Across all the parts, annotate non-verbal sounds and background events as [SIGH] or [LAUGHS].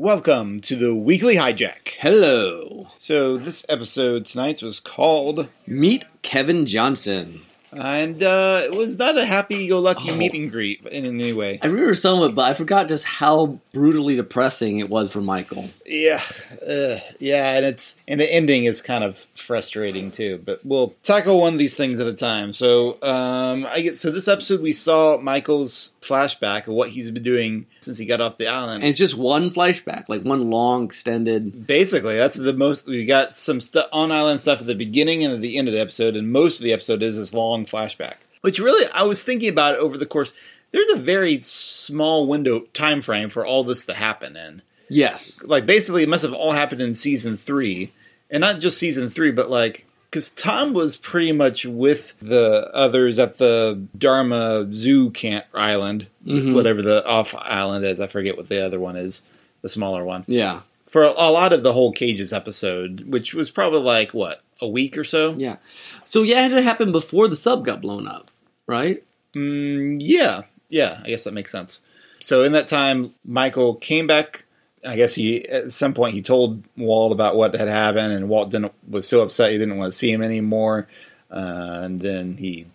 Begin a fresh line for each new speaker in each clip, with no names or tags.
Welcome to the Weekly Hijack.
Hello.
So, this episode tonight's was called,
Meet Kevin Johnson.
and uh, it was not a happy go lucky
Oh.
meet and greet in any way.
I remember some of it, but I forgot just how brutally depressing it was for Michael.
Yeah, uh, yeah, and it's and the ending is kind of frustrating too. But we'll tackle one of these things at a time. So, um, I get so this episode we saw Michael's flashback of what he's been doing since he got off the island.
And it's just one flashback, like one long extended.
Basically, that's the most we got some stu- on island stuff at the beginning and at the end of the episode, and most of the episode is this long flashback. Which really, I was thinking about it over the course. There's a very small window time frame for all this to happen in.
Yes.
Like basically, it must have all happened in season three, and not just season three, but like because Tom was pretty much with the others at the Dharma Zoo Camp Island,
Mhm.
whatever the off island is. I forget what the other one is, the smaller one
Yeah.
for a, a lot of the whole cages episode, which was probably like what a week or so.
Yeah. So, yeah, it had happened before the sub got blown up, right?
Mm, yeah, yeah. I guess that makes sense. So in that time, Michael came back. I guess he at some point he told Walt about what had happened, and Walt didn't was so upset he didn't want to see him anymore. Uh, and then he,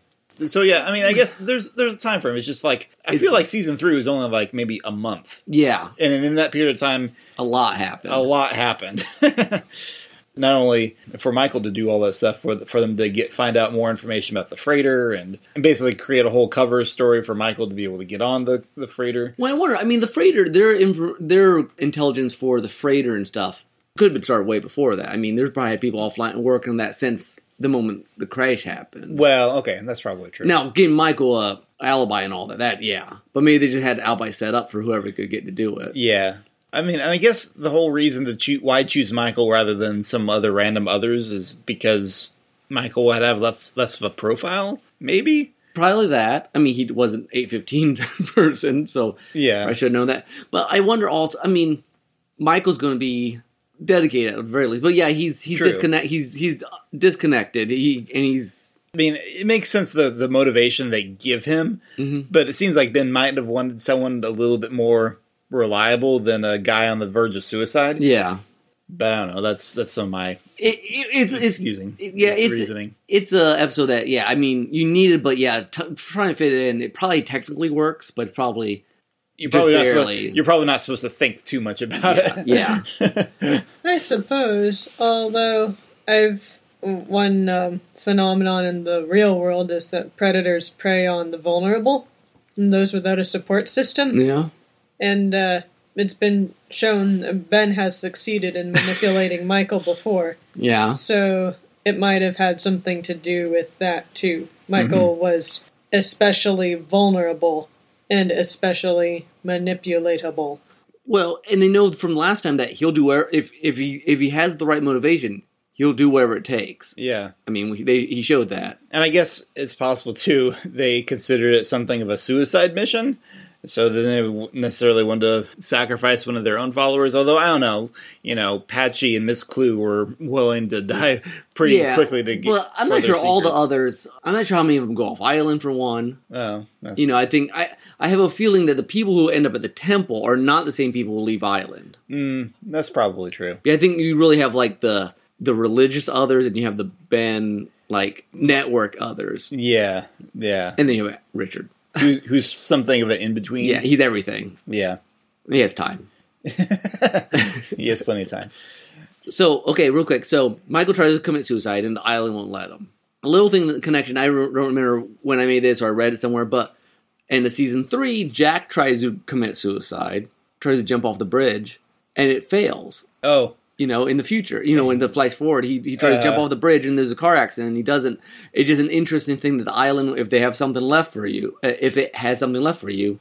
so yeah. I mean, I guess there's there's a time frame. It's just like I
It's-
feel like season three was only like maybe a month,
Yeah.
and in that period of time,
A lot happened.
a lot happened. [LAUGHS] Not only for Michael to do all that stuff, for for them to get find out more information about the freighter and, and basically create a whole cover story for Michael to be able to get on the, the freighter.
Well, I wonder. I mean, the freighter, their inf- their intelligence for the freighter and stuff could have been started way before that. I mean, there's probably people all flying working on that since the moment the crash happened.
Well, okay, that's probably true.
Now, getting Michael a alibi and all that, that yeah, but maybe they just had alibi set up for whoever could get to do it.
Yeah. I mean, and I guess the whole reason to choo- why choose Michael rather than some other random others is because Michael would have less less of a profile, maybe.
Probably that. I mean, he was an eight fifteen [LAUGHS] person, so I
Yeah,
should know that. But I wonder. Also, I mean, Michael's going to be dedicated at the very least. But yeah, he's he's
True.
disconnect. He's he's disconnected. He and he's.
I mean, it makes sense the the motivation they give him,
mhm.
But it seems like Ben might have wanted someone a little bit more reliable than a guy on the verge of suicide.
Yeah.
But I don't know. That's that's some of my
it, it, it's it's
excusing.
it- yeah, it's-
reasoning.
it's a episode that yeah I mean you need it but yeah t- trying to fit it in it probably technically works but
[LAUGHS]
it's probably
You're
just
probably, not supposed,
barely.
you're probably not supposed to think too much about it.
yeah
I suppose, although I've one um, phenomenon in the real world is that predators prey on the vulnerable and those without a support system,
yeah
and uh, it's been shown that Ben has succeeded in manipulating Michael before,
yeah
so it might have had something to do with that too. Michael was especially vulnerable and especially manipulatable.
well and they know from last time that he'll do where if if he if he has the right motivation he'll do whatever it takes
[LAUGHS] yeah.
I mean we- they he showed that
And I guess it's possible too. They considered it something of a suicide mission, so they didn't necessarily want to sacrifice one of their own followers. Although I don't know, you know, Patchy and Miss Clue were willing to die pretty quickly to get.
well I'm
for
not
their
sure all the
secrets.
others I'm not sure how many of them go off island for one
Oh, that's
you know I think I I have a feeling that the people who end up at the temple are not the same people who leave island.
Mm, that's probably true.
Yeah, I think you really have like the the religious others, and you have the Ben like network others,
Yeah, yeah.
and then you have Richard.
Who's, who's something of an in between?
Yeah, he's everything.
yeah.
He has time.
He has plenty of time.
So okay, real quick. So Michael tries to commit suicide, and the island won't let him. A little thing that connection. I re- don't remember when I made this or I read it somewhere, but in the season three, Jack tries to commit suicide, tries to jump off the bridge, and it fails.
Oh,
you know, in the future. You know, when the flash forward, he, he tries to jump
Uh.
off the bridge and there's a car accident and he doesn't. It's just an interesting thing that the island, if they have something left for you, uh, if it has something left for you,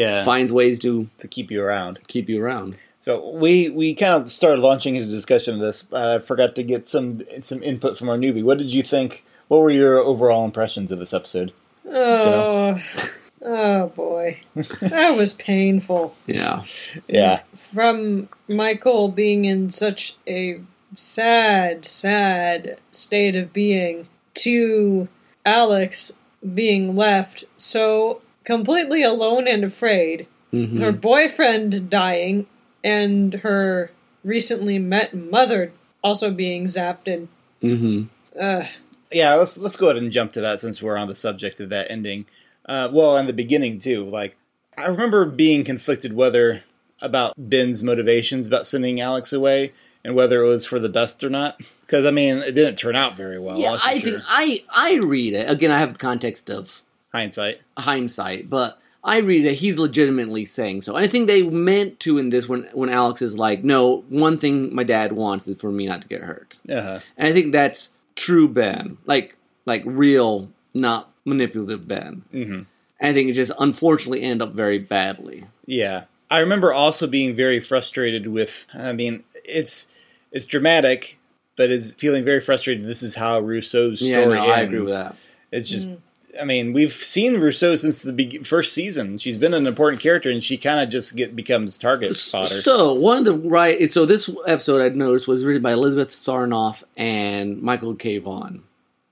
yeah.
finds ways to
To keep you around.
keep you around.
So we we kind of started launching into discussion of this. But I forgot to get some some input from our newbie. What did you think? What were your overall impressions of this episode?
Oh, oh boy, that was painful.
Yeah.
Yeah,
From Michael being in such a sad, sad state of being to Alex being left so completely alone and afraid,
hmm
her boyfriend dying, and her recently met mother also being zapped and
Mm-hmm.
uh,
yeah let's let's go ahead and jump to that since we're on the subject of that ending uh, well and the beginning too like i remember being conflicted whether about ben's motivations about sending alex away and whether it was for the best or not because i mean it didn't turn out very well
yeah,
that's for
I
sure.
think I I read it again. I have the context of
hindsight
hindsight, but I read that he's legitimately saying so. And I think they meant to in this when when Alex is like, "No, one thing my dad wants is for me not to get hurt,"
uh-huh.
and I think that's true Ben, like like real, not manipulative Ben.
hmm
And I think it just unfortunately ended up very badly.
yeah i remember also being very frustrated with i mean it's it's dramatic but is feeling very frustrated this is how rousseau's story
yeah, no, I
ends.
agree with that.
It's just, I mean, we've seen Rousseau since the be- first season. She's been an important character, and she kind of just get becomes target spotter.
So one of the right, so this episode I noticed was written by Elizabeth Sarnoff and Michael K. Vaughan.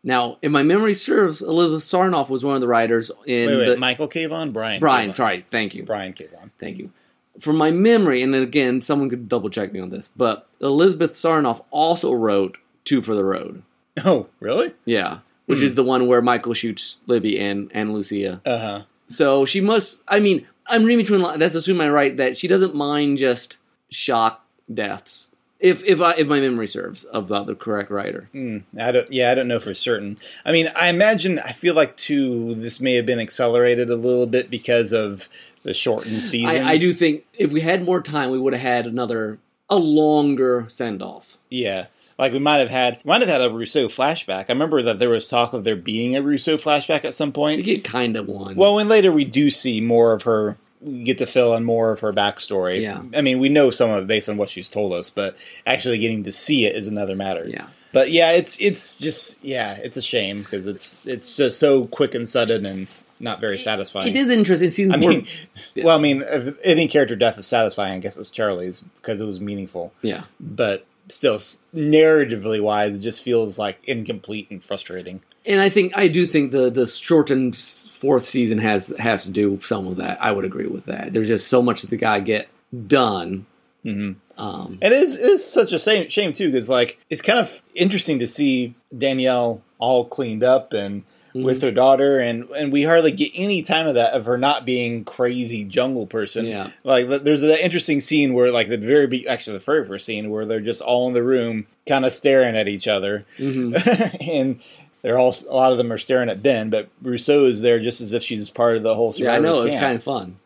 Now, if my memory serves, Elizabeth Sarnoff was one of the writers in
wait, wait,
the
Michael Cavon, Brian,
Brian.
Cavon.
Sorry, thank you,
Brian Cavon. [LAUGHS]
thank you. From my memory, and again, someone could double check me on this, but Elizabeth Sarnoff also wrote Two for the Road.
Oh, really?
Yeah, which
Hmm.
is the one where Michael shoots Libby and and Lucia.
Uh huh.
So she must. I mean, I'm reading between. li- That's assuming I right that she doesn't mind just shock deaths. If if I if my memory serves about the correct writer.
Hmm. I don't. Yeah, I don't know for certain. I mean, I imagine. I feel like too. This may have been accelerated a little bit because of the shortened season.
I, I do think if we had more time, we would have had another a longer send off.
Yeah. Like we might have had might have had a Rousseau flashback. I remember that there was talk of there being a Rousseau flashback at some point.
We get kind of one.
Well, and later we do see more of her. We get to fill in more of her backstory.
Yeah.
I mean, we know some of it based on what she's told us, but actually getting to see it is another matter.
yeah.
But yeah, it's it's just yeah, it's a shame because it's it's just so quick and sudden and not very satisfying.
It is interesting. Season
I
four.
mean, [LAUGHS] well, I mean, if any character death is satisfying. I guess it's Charlie's because it was meaningful,
yeah.
but still, s- narratively wise, it just feels like incomplete and frustrating.
And I think I do think the the shortened s- fourth season has has to do with some of that. I would agree with that. There's just so much that the guy get done.
Mm-hmm.
Um,
[LAUGHS] And it is, it is such a shame, shame too, because like it's kind of interesting to see Danielle all cleaned up and
Mm-hmm.
with her daughter, and and we hardly get any time of that of her not being crazy jungle person.
Yeah.
like th- there's that interesting scene where like the very be- actually the very first scene where they're just all in the room, kind of staring at each other,
mhm.
[LAUGHS] and. They're all a lot of them are staring at Ben, but Rousseau is there just as if she's part of the whole.
Yeah, I
survivors
know. It's
camp
kind of fun.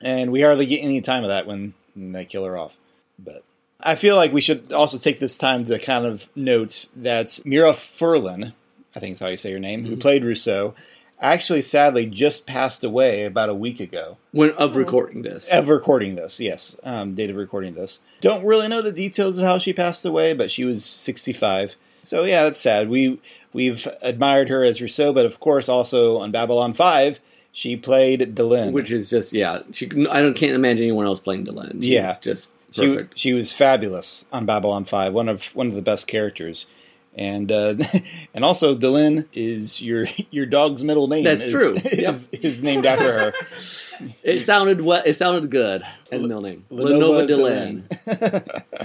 and we hardly get any time of that when they kill her off. But I feel like we should also take this time to kind of note that Mira Furlan, I think is how you say her name, who played Rousseau, actually sadly just passed away about a week ago
when of recording this.
of recording this. Yes, um, date of recording this. Don't really know the details of how she passed away, but she was 65. So yeah, that's sad. We we've admired her as Rousseau, but of course also on Babylon Five, she played Delenn,
Which is just yeah, she I don't can't imagine anyone else playing Dylan. She's
Yeah.
just
She,
perfect.
she was fabulous on Babylon Five, one of one of the best characters, and uh, [LAUGHS] and also Delin is your your dog's middle name.
That's
is,
true.
[LAUGHS] Is, is named after her,
it sounded well. It sounded good. And middle name
Lenova
[LAUGHS] Lenova Dylan.
[LAUGHS]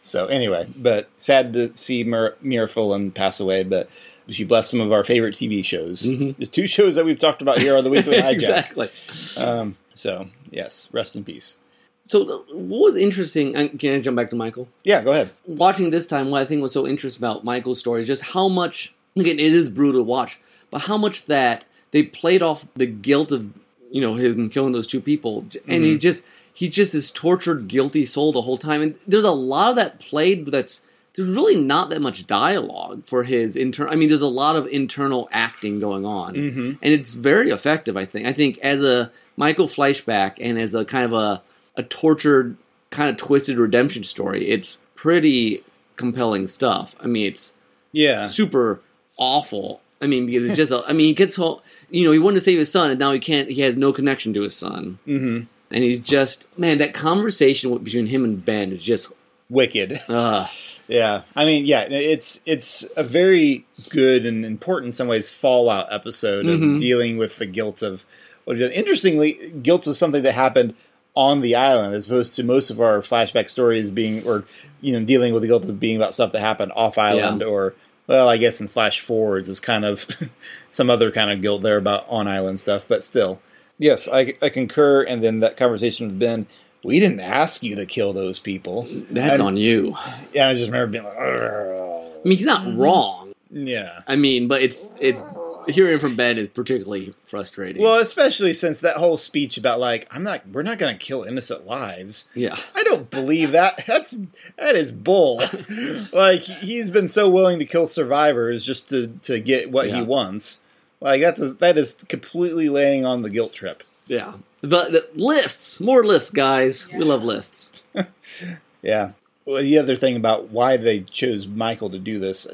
So anyway, but sad to see Mir- Mira Fullan pass away, but she blessed some of our favorite TV shows.
Mhm.
The two shows that we've talked about here are the
[LAUGHS]
Weekly Hijack.
exactly.
Um, so yes, rest in peace.
So the- what was interesting? and Can I jump back to Michael?
Yeah, go ahead.
Watching this time, what I think was so interesting about Michael's story is just how much. Again, it is brutal to watch, but how much that they played off the guilt of you know him killing those two people, and he just he's just this tortured, guilty soul the whole time. And there's a lot of that played that's there's really not that much dialogue for his internal. I mean, there's a lot of internal acting going on,
Mhm.
and it's very effective. I think. I think as a Michael flashback and as a kind of a a tortured, kind of twisted redemption story, it's pretty compelling stuff. I mean, it's
Yeah,
super awful. I mean, because it's just, a, I mean, he gets home, you know, he wanted to save his son, and now he can't, he has no connection to his son.
hmm
And he's just, man, that conversation with- between him and Ben is just,
wicked.
uh,
Yeah, I mean, yeah, it's it's a very good and important in some ways Fallout episode of
Mhm.
dealing with the guilt of. Well, interestingly, guilt was something that happened on the island, as opposed to most of our flashback stories being, or you know, dealing with the guilt of being about stuff that happened off island, or well, I guess in flash forwards is kind of [LAUGHS] some other kind of guilt there about on island stuff, but still, yes, I, I concur. And then that conversation with Ben, we didn't ask you to kill those people.
That's
And-
on you.
Yeah, I just remember being like,
I mean, he's not
Mm-hmm.
wrong.
yeah.
I mean, but it's it's hearing from Ben is particularly frustrating.
Well, especially since that whole speech about like I'm not, we're not going to kill innocent lives.
yeah,
I don't believe that. [LAUGHS] That's that is bull. [LAUGHS] like he's been so willing to kill survivors just to to get what
Yeah.
he wants. Like that's a, that is completely laying on the guilt trip.
yeah. But the lists, more lists, guys. We
Yeah.
love lists.
Yeah. Well, the other thing about why they chose Michael to do this,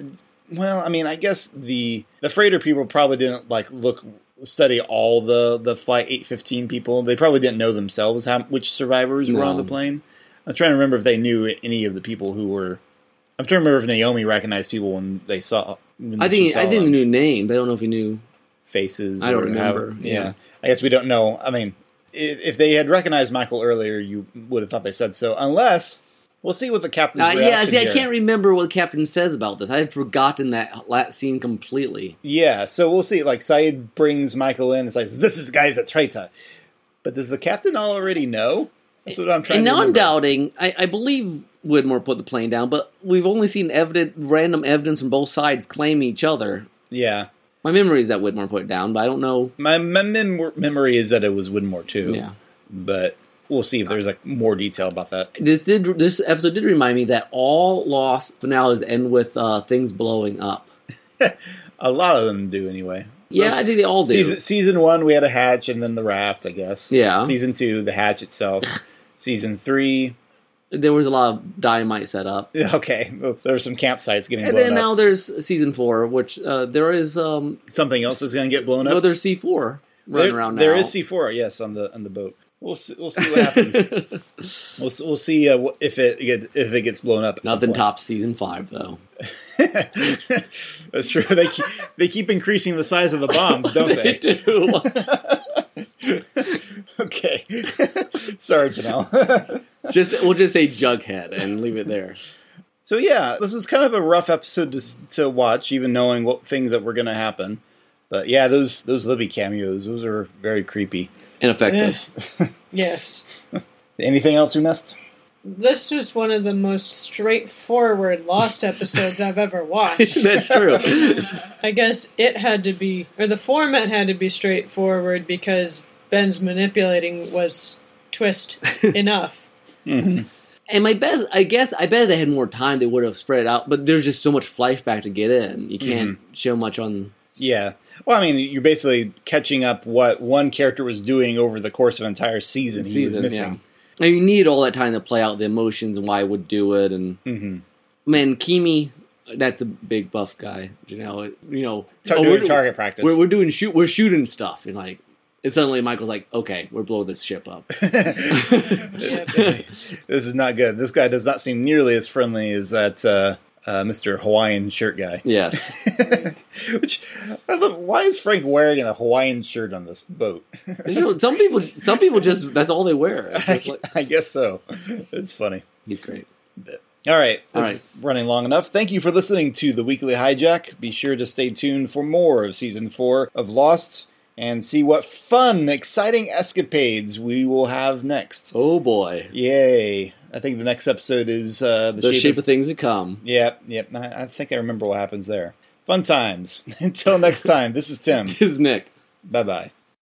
well, I mean, I guess the the freighter people probably didn't like look study all the the flight 815 people. They probably didn't know themselves how which survivors were on
No.
the plane. I'm trying to remember if they knew any of the people who were. I'm trying to remember if Naomi recognized people when they saw. When
I
she
think
saw
I think the
them.
new names. I don't know if he knew.
faces.
I don't
or
remember,
how-
yeah.
yeah. I guess we don't know. I mean, i- if they had recognized Michael earlier, you would have thought they said so. Unless we'll see what the captain.
Uh, yeah, see, I can't remember what the captain says about this. I had forgotten that last scene completely.
Yeah, so we'll see. Like Saeed brings Michael in. It's like this is guy's a traitor. But does the captain already know? That's what I'm trying.
And
to
now I'm
remember.
doubting. I, I believe Widmore put the plane down, but we've only seen evident, random evidence from both sides claim each other.
Yeah,
My memory is that Widmore put it down, but I don't know.
my, my mem- memory is that it was Widmore too.
Yeah.
but we'll see if there's like more detail about that.
This did. This episode did remind me that all lost finales end with uh, things blowing up.
A lot of them do anyway.
Yeah, I think they all do.
Season, season one, we had a hatch and then the raft, I guess.
Yeah.
Season two, the hatch
[LAUGHS]
itself. season three, [LAUGHS]
There was a lot of dynamite set up,
okay, well, there were some campsites getting
and
blown
then
up.
now there's season four, which uh, there is. Um,
Something else is going to get blown
no,
up.
there's C four running
There-
around now.
There is
[LAUGHS]
C four, yes, on the on the boat. We'll see, we'll see what happens. we'll s- we'll see uh, wh- if it get, if it gets blown up. at some
Nothing
point.
tops season five though.
[LAUGHS] That's true. They keep, they keep increasing the size of the bombs,
[LAUGHS]
don't they?
do.
okay. [LAUGHS] Sorry, Janelle. [LAUGHS]
just we'll just say Jughead and leave it there.
So yeah, this was kind of a rough episode to s- to watch, even knowing what things that were going to happen. But yeah, those those Libby cameos, those are very creepy.
Ineffective.
Yes.
Anything else we missed?
This was one of the most straightforward Lost episodes I've ever
[LAUGHS]
watched.
That's true.
[LAUGHS]
I guess it had to be, or the format had to be straightforward because Ben's manipulating was twist enough.
And my best, I guess, I bet if they had more time, they would have spread it out. But there's just so much flashback to get in. You can't
Mm-hmm.
show much on.
Yeah. Well, I mean, you're basically catching up what one character was doing over the course of an entire season. he was
Season,
missing.
And you need all that time to play out the emotions and why I would do it. And
hmm
man, Kimi, that's a big buff guy. You know, you know,
doing
oh, we're,
target practice.
we're we're doing shoot, we're shooting stuff, and like, and suddenly Michael's like, okay, we're blowing this ship
[LAUGHS]
up.
Yeah.
this is not good. This guy does not seem nearly as friendly as that uh, uh, Mr. Hawaiian shirt guy. [LAUGHS]
yes.
Which, I love, why is Frank wearing a Hawaiian shirt on this boat?
You know, some people, some people just that's all they wear.
[LAUGHS]
It's just like-
I guess so. It's funny.
he's great.
All right,
All
that's running long enough. Thank you for listening to the Weekly Hijack. Be sure to stay tuned for more of season four of Lost and see what fun, exciting escapades we will have next.
Oh boy,
Yay! I think the next episode is uh,
the, shape, of, things to come.
Yep, yep. I, I think I [LAUGHS]
[LAUGHS]
remember what happens there. Fun times. Until next time, this is Tim.
This is Nick.
Bye bye.